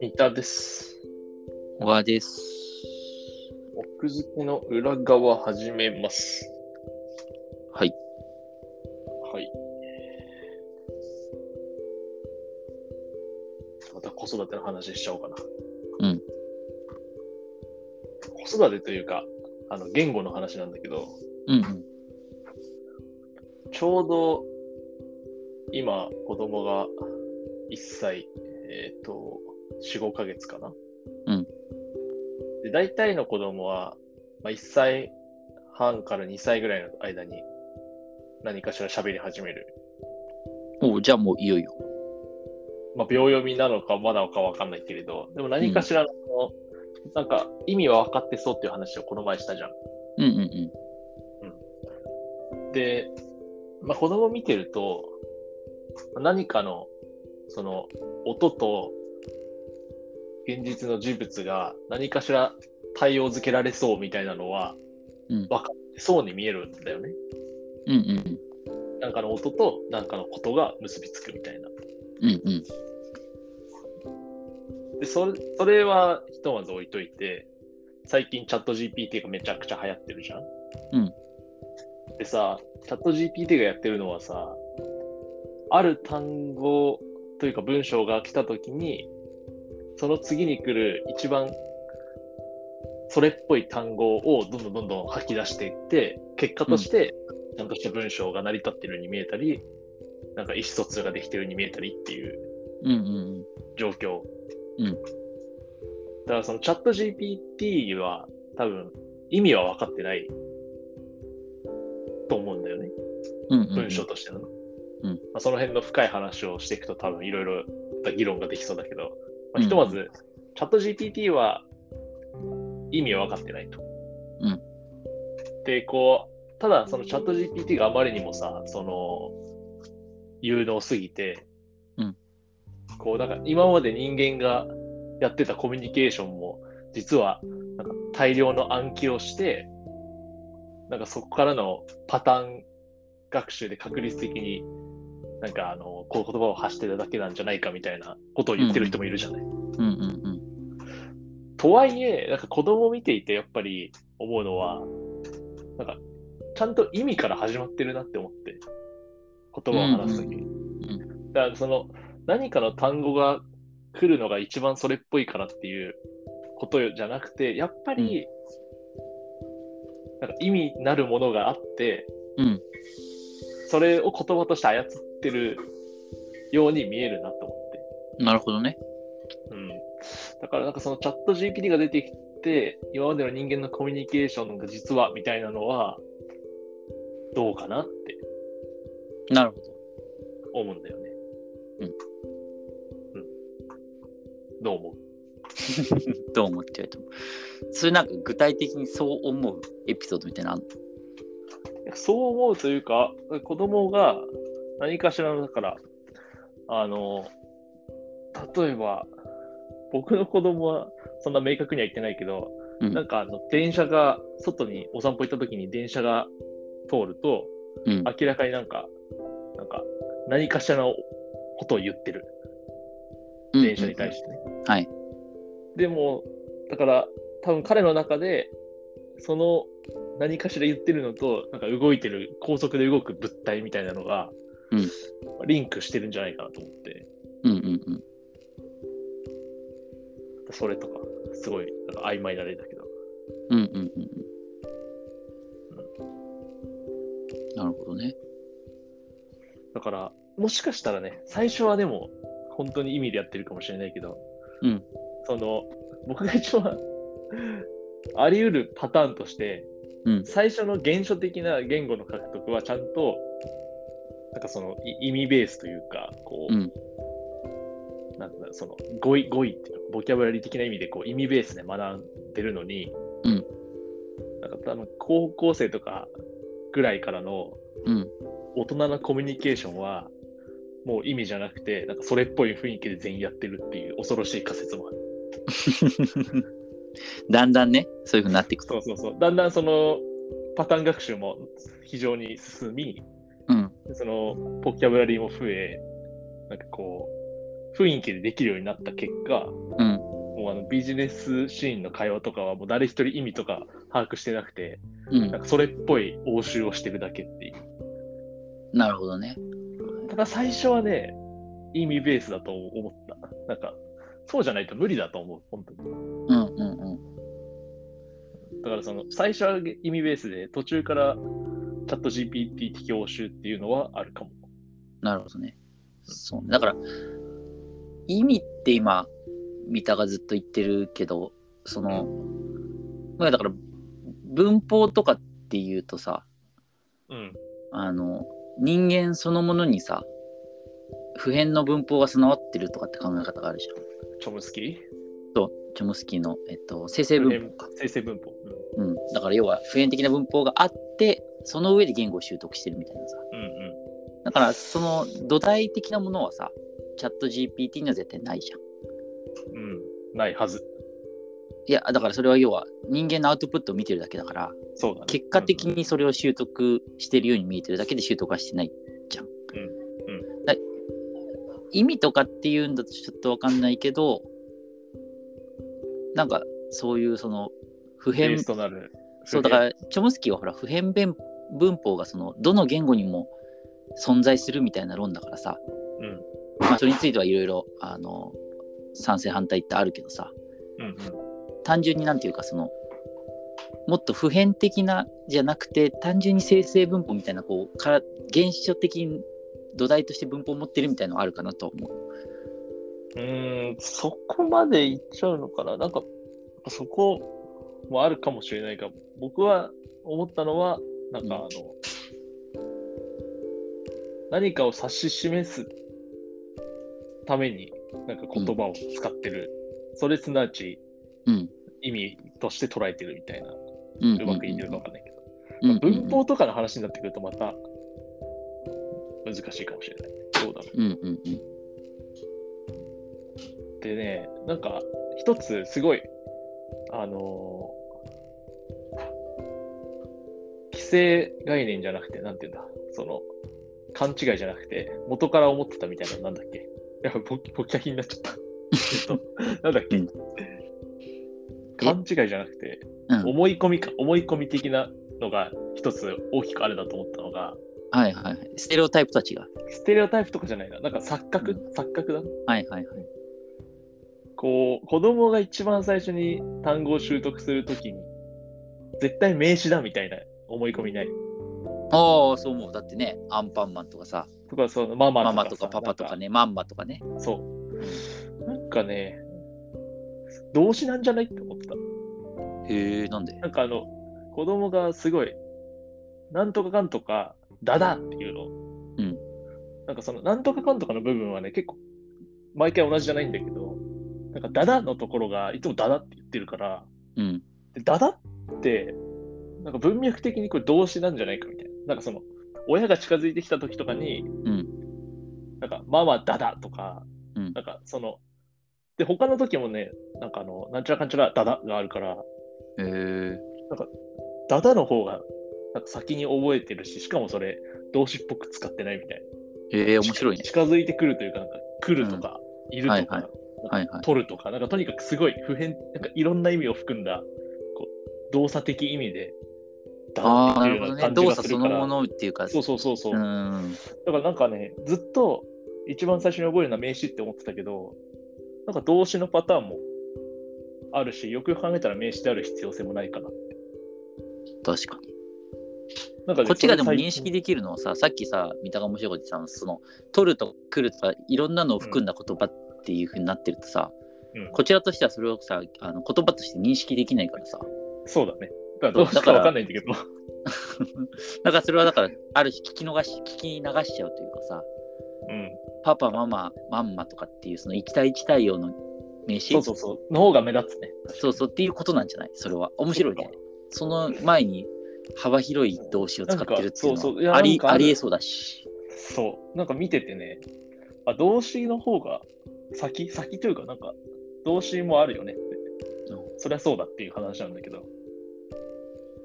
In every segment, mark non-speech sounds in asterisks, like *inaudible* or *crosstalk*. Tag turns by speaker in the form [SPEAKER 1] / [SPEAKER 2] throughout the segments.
[SPEAKER 1] 三田です。
[SPEAKER 2] 小川です。
[SPEAKER 1] 奥付けの裏側始めます。
[SPEAKER 2] はい。
[SPEAKER 1] はい。また子育ての話しちゃおうかな。
[SPEAKER 2] うん。
[SPEAKER 1] 子育てというか、あの言語の話なんだけど、
[SPEAKER 2] うんうん。
[SPEAKER 1] ちょうど今子供が1歳、えっ、と、4、5ヶ月かな。
[SPEAKER 2] うん。
[SPEAKER 1] で、大体の子供は、まあ、1歳半から2歳ぐらいの間に何かしら喋り始める。
[SPEAKER 2] おうじゃあもういよいよ。
[SPEAKER 1] まあ、秒読みなのかまだかわかんないけれど、でも何かしらの、なんか意味は分かってそうっていう話をこの前したじゃん。
[SPEAKER 2] うんうんうん。
[SPEAKER 1] で、まあ、子供見てると、何かの、その、音と、現実の事物が何かしら対応づけられそうみたいなのは、
[SPEAKER 2] うん
[SPEAKER 1] 分かってそうに見えるんだよね。
[SPEAKER 2] うんうん
[SPEAKER 1] なんかの音と、なんかのことが結びつくみたいな。
[SPEAKER 2] うん。うんうん。
[SPEAKER 1] で、それそれはひとまず置いといて、最近チャット GPT がめちゃくちゃ流行ってるじゃん。
[SPEAKER 2] うん。
[SPEAKER 1] でさ、チャット GPT がやってるのはさ、ある単語というか文章が来たときに、その次に来る一番それっぽい単語をどんどんどんどん吐き出していって、結果としてちゃんとした文章が成り立ってるように見えたり、なんか意思疎通ができてるように見えたりっていう
[SPEAKER 2] うんうんうん。
[SPEAKER 1] 状況。
[SPEAKER 2] うん
[SPEAKER 1] だからそのチャット GPT は多分意味は分かってないと思うんだよね、
[SPEAKER 2] うんうんうん。
[SPEAKER 1] 文章としての。
[SPEAKER 2] うん
[SPEAKER 1] まあ、その辺の深い話をしていくと多分いろいろな議論ができそうだけど、ま
[SPEAKER 2] う
[SPEAKER 1] あ、
[SPEAKER 2] ん
[SPEAKER 1] ひとまず、チャット GPT は意味は分かってないと。
[SPEAKER 2] うん
[SPEAKER 1] で、こう、ただそのチャット GPT があまりにもさ、その、有能すぎて、
[SPEAKER 2] うん
[SPEAKER 1] こう、なんか今まで人間がやってたコミュニケーションも、実は、なんか大量の暗記をして、なんかそこからのパターン学習で確率的に、なんかあの、こう言葉を発してただけなんじゃないかみたいなことを言ってる人もいるじゃない。
[SPEAKER 2] うんうんうん。
[SPEAKER 1] とはいえ、なんか子供を見ていてやっぱり思うのは、なんかちゃんと意味から始まってるなって思って、言葉を話すときに。
[SPEAKER 2] うん
[SPEAKER 1] だからその何かの単語が来るのが一番それっぽいからっていうことじゃなくて、やっぱり、なんか意味なるものがあって、
[SPEAKER 2] うん
[SPEAKER 1] それを言葉として操ってるように見えるなと思って。
[SPEAKER 2] なるほどね。
[SPEAKER 1] うん、だからなんかそのチャット GPT が出てきて今までの人間のコミュニケーションが実はみたいなのはどうかなって
[SPEAKER 2] なる *laughs* ほど。
[SPEAKER 1] 思うんだよね。
[SPEAKER 2] うん
[SPEAKER 1] うん。どう思う
[SPEAKER 2] どう思ってると思う。それなんか具体的にそう思うエピソードみたいなのあんの
[SPEAKER 1] いやそう思うというか、子供が何かしらの、だから、あの、例えば、僕の子供はそんな明確には言ってないけど、
[SPEAKER 2] うん
[SPEAKER 1] なんかあの電車が、外にお散歩行った時に電車が通ると、
[SPEAKER 2] うん
[SPEAKER 1] 明らかになんか、なんか何かしらのことを言ってる、電車に対
[SPEAKER 2] し
[SPEAKER 1] してね。
[SPEAKER 2] て。はい。
[SPEAKER 1] でも、だから、多分彼の中で、その何かしら言ってるのと、なんか動いてる、高速で動く物体みたいなのが、
[SPEAKER 2] うん
[SPEAKER 1] リンクしてるんじゃないかなと思って、
[SPEAKER 2] うんうんうん。
[SPEAKER 1] それとか、すごいなんか曖昧な例だけど。
[SPEAKER 2] うんうんうんうん。なるほどね。
[SPEAKER 1] だから、もしかしたらね、最初はでも、本当に意味でやってるかもしれないけど、
[SPEAKER 2] うん
[SPEAKER 1] その、僕が一番あり得るパターンとして、
[SPEAKER 2] うん
[SPEAKER 1] 最初の原初的な言語の獲得はちゃんと、なんかそのい意味ベースというか、こう、
[SPEAKER 2] うん
[SPEAKER 1] なんだその語彙、語彙っていうか、ボキャブラリー的な意味でこう意味ベースで学んでるのに、
[SPEAKER 2] うん
[SPEAKER 1] なんか多分高校生とかぐらいからの
[SPEAKER 2] うん。 *laughs*
[SPEAKER 1] 大人のコミュニケーションはもう意味じゃなくてなんかそれっぽい雰囲気で全員やってるっていう恐ろしい仮説もある
[SPEAKER 2] だんだんね、そういうふうになっていくと。
[SPEAKER 1] そうそうそうだんだんそのパターン学習も非常に進み
[SPEAKER 2] うん。
[SPEAKER 1] でその、ボキャブラリーも増え、なんかこう、雰囲気でできるようになった結果、
[SPEAKER 2] うん
[SPEAKER 1] もうあのビジネスシーンの会話とかはもう誰一人意味とか把握してなくて、
[SPEAKER 2] うん
[SPEAKER 1] なんかそれっぽい応酬をしてるだけっていう。
[SPEAKER 2] なるほどね。
[SPEAKER 1] ただ最初はね、意味ベースだと思った。なんか、そうじゃないと無理だと思う、本当に。
[SPEAKER 2] うんうんうん。
[SPEAKER 1] だからその、最初は意味ベースで、途中からチャット GPT 的応酬っていうのはあるかも。
[SPEAKER 2] なるほどね。そうねだから、意味って今、三田がずっと言ってるけど、その、まあだから、文法とかっていうとさ、
[SPEAKER 1] うん。
[SPEAKER 2] あの、人間そのものにさ、普遍の文法が備わってるとかって考え方があるじゃん。
[SPEAKER 1] チョムスキー
[SPEAKER 2] と、チョムスキーの、えっと、生成文法か。
[SPEAKER 1] 生成文法。
[SPEAKER 2] うん。だから要は、普遍的な文法があって、その上で言語を習得してるみたいなさ。
[SPEAKER 1] うん。うんうん。
[SPEAKER 2] だからその土台的なものはさチャット GPT には絶対ないじゃん。
[SPEAKER 1] うん、ないはず。
[SPEAKER 2] いやだからそれは要は人間のアウトプットを見てるだけだから
[SPEAKER 1] そうだね。
[SPEAKER 2] 結果的にそれを習得してるように見えてるだけで習得はしてないじゃん。
[SPEAKER 1] うん
[SPEAKER 2] だ意味とかっていうんだとちょっとわかんないけどなんかそういうその普
[SPEAKER 1] ベ
[SPEAKER 2] 遍
[SPEAKER 1] ースとなる。
[SPEAKER 2] そうだからチョムスキーはほら普遍文文法がそのどの言語にも存在するみたいな論だからさ、
[SPEAKER 1] うん。
[SPEAKER 2] まあ、それについてはいろいろあの賛成反対ってあるけどさ
[SPEAKER 1] うん
[SPEAKER 2] 単純になんていうかそのもっと普遍的なじゃなくて単純に生成文法みたいなこうから原始書的に土台として文法を持ってるみたいなのあるかなと思う。
[SPEAKER 1] うん、うーん、そこまでいっちゃうのかな。なんか、そこもあるかもしれないが、僕は思ったのは、なんかあの、何かを指し示すために、なんか言葉を使ってる。それすなわち
[SPEAKER 2] うん。
[SPEAKER 1] 意味として捉えてるみたいな。
[SPEAKER 2] うん
[SPEAKER 1] うまく言ってるかわかんないけど。
[SPEAKER 2] うんうん
[SPEAKER 1] 文法とかの話になってくるとまた難しいかもしれない。そうだろ
[SPEAKER 2] うんうんうん。
[SPEAKER 1] う。でね、なんか一つすごい、あのー規制概念じゃなくて、なんていうんだ、その、勘違いじゃなくて、元から思ってたみたいなのなんだっけ *laughs* やばい、ぼぼきゃきになっちゃった。 *laughs* えっとなんだっけ、
[SPEAKER 2] うん
[SPEAKER 1] 勘違いじゃなくて、
[SPEAKER 2] うん
[SPEAKER 1] 思い込みか、思い込み的なのが一つ大きくあれだと思ったのが、
[SPEAKER 2] はいはいはい。ステレオタイプとは違う。
[SPEAKER 1] ステレオタイプとかじゃないな。なんか錯覚、
[SPEAKER 2] う
[SPEAKER 1] 錯覚だ。
[SPEAKER 2] はいはいはい。
[SPEAKER 1] こう、子供が一番最初に単語を習得するときに、絶対名詞だみたいな思い込みない。
[SPEAKER 2] ああそう思う。だってねアンパンマンとかさ
[SPEAKER 1] とか、そのマ
[SPEAKER 2] マ
[SPEAKER 1] マ
[SPEAKER 2] マ
[SPEAKER 1] と
[SPEAKER 2] と
[SPEAKER 1] かさ
[SPEAKER 2] かパパとか。ねマンマとかね。
[SPEAKER 1] なんかそう。なんかね、動詞なんじゃないって思った。
[SPEAKER 2] へえなんで
[SPEAKER 1] なんかあの、子供がすごい、なんとかかんとか、だだっていうの。
[SPEAKER 2] うん
[SPEAKER 1] なんかその、なんとかかんとかの部分はね、結構、毎回同じじゃないんだけど、なんか、だだのところが、いつもだだって言ってるから、
[SPEAKER 2] うん
[SPEAKER 1] でだだって、なんか文脈的にこれ動詞なんじゃないかみたいな。なんかその、親が近づいてきた時とかに、
[SPEAKER 2] うん
[SPEAKER 1] なんか、ママだだとか、
[SPEAKER 2] うん
[SPEAKER 1] なんかその、で、他の時もね、なんかあの、なんちゃらかんちゃらだだがあるから、
[SPEAKER 2] へえ
[SPEAKER 1] ダダの方がなんか先に覚えてるし、しかもそれ動詞っぽく使ってないみたい
[SPEAKER 2] へえ
[SPEAKER 1] な。
[SPEAKER 2] 面白いね。
[SPEAKER 1] 近づいてくるというか、なんか来るとか、いるとか、
[SPEAKER 2] はいはいはい。
[SPEAKER 1] 取るとか、なんかとにかくすごい普遍、なんかいろんな意味を含んだ、こう動作的意味で、ダダ
[SPEAKER 2] あ
[SPEAKER 1] っ
[SPEAKER 2] あ、
[SPEAKER 1] て
[SPEAKER 2] な
[SPEAKER 1] いう
[SPEAKER 2] る
[SPEAKER 1] よ
[SPEAKER 2] ほ
[SPEAKER 1] う
[SPEAKER 2] ど
[SPEAKER 1] な感
[SPEAKER 2] ね。
[SPEAKER 1] じ
[SPEAKER 2] 動
[SPEAKER 1] が
[SPEAKER 2] 作
[SPEAKER 1] す
[SPEAKER 2] そ
[SPEAKER 1] るか
[SPEAKER 2] の
[SPEAKER 1] ら。
[SPEAKER 2] ものっていうか、
[SPEAKER 1] そうそうそうそう。
[SPEAKER 2] うん。
[SPEAKER 1] だからなんかね、ずっと一番最初に覚えるのは名詞って思ってたけど、なんか動詞のパターンもあるし、よくよく考えたら名詞である必要性もないかな。
[SPEAKER 2] 確かに。
[SPEAKER 1] なんかね
[SPEAKER 2] こっちがでも
[SPEAKER 1] それ最
[SPEAKER 2] 認識できるのはさ、さっきさ、三田が面白いこと言ってたの、その、取ると来るとか、いろんなのを含んだ言葉っていうふうになってるとさ、
[SPEAKER 1] うん
[SPEAKER 2] こちらとしてはそれをさ、あの言葉として認識できないからさ。 *laughs*
[SPEAKER 1] そうだね。だからどうした
[SPEAKER 2] だ
[SPEAKER 1] か
[SPEAKER 2] から
[SPEAKER 1] わかんないんだけど。
[SPEAKER 2] だからそれはだから、ある種聞き逃し、聞き流しちゃうというかさ、
[SPEAKER 1] うん。
[SPEAKER 2] パパ、ママ、マンマとかっていう、その一対一対応の名詞
[SPEAKER 1] そうそうそう。の方が目立つね。
[SPEAKER 2] そうそうっていうことなんじゃないそれは。面白いね。その前に幅広い動詞を使ってるってい
[SPEAKER 1] な
[SPEAKER 2] う
[SPEAKER 1] んかそうそうい
[SPEAKER 2] の
[SPEAKER 1] や
[SPEAKER 2] はあり
[SPEAKER 1] なんかある
[SPEAKER 2] ありえそうだし。
[SPEAKER 1] そう。なんか見ててね、あ、動詞の方が先、先というか、なんか、動詞もあるよねって。
[SPEAKER 2] う
[SPEAKER 1] そりゃそうだっていう話なんだけど。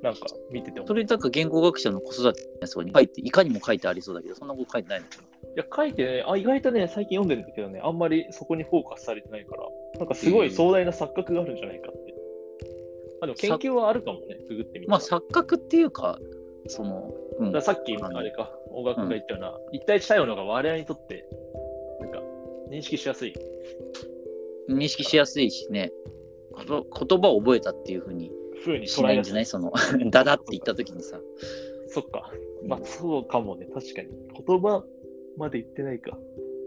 [SPEAKER 1] なんか見てても
[SPEAKER 2] それなんか言語学者の子育てのやつとかに書いていかにも書いてありそうだけどそんなこと書いてないの
[SPEAKER 1] いや、書いてね、あ、意外とね、最近読んでるんだけどね、あんまりそこにフォーカスされてないから、なんかすごい壮大な錯覚があるんじゃないかって。あ、でも研究はあるかもね、ググってみた
[SPEAKER 2] ま
[SPEAKER 1] ら。
[SPEAKER 2] あ錯覚っていうかその、う
[SPEAKER 1] だ
[SPEAKER 2] ん
[SPEAKER 1] から、さっき、あれか、大学が言ったような、一体したようなのが我々にとって、なんか、認識しやすい。
[SPEAKER 2] 認識しやすいしねこと言葉を覚えたっていうふうに
[SPEAKER 1] 風に
[SPEAKER 2] し
[SPEAKER 1] 捉
[SPEAKER 2] な
[SPEAKER 1] え
[SPEAKER 2] いん
[SPEAKER 1] や
[SPEAKER 2] じ
[SPEAKER 1] す
[SPEAKER 2] ゃないそのダダって言った時にさ
[SPEAKER 1] そっか。まあ、そうかもね、確かに。言葉まで言ってないか。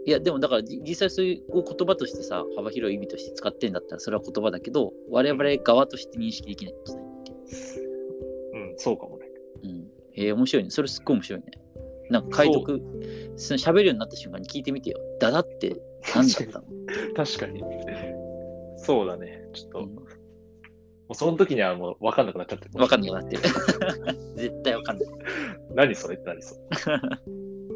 [SPEAKER 2] いやでもだからじ実際そういう言葉としてさ幅広い意味として使ってんだったらそれは言葉だけど我々側として認識できないんじゃないっていう
[SPEAKER 1] うん、そうかもね。
[SPEAKER 2] うんえー、面白いねそれすっごい面白いねなんか解読その喋るようになった瞬間に聞いてみてよダダって何だったの
[SPEAKER 1] 確かに。そうだね。ちょっと、
[SPEAKER 2] うん
[SPEAKER 1] もうその時にはもう分かんなくなっちゃってる *laughs*
[SPEAKER 2] わかんなくなってる絶対わかんない
[SPEAKER 1] 何それって何それ。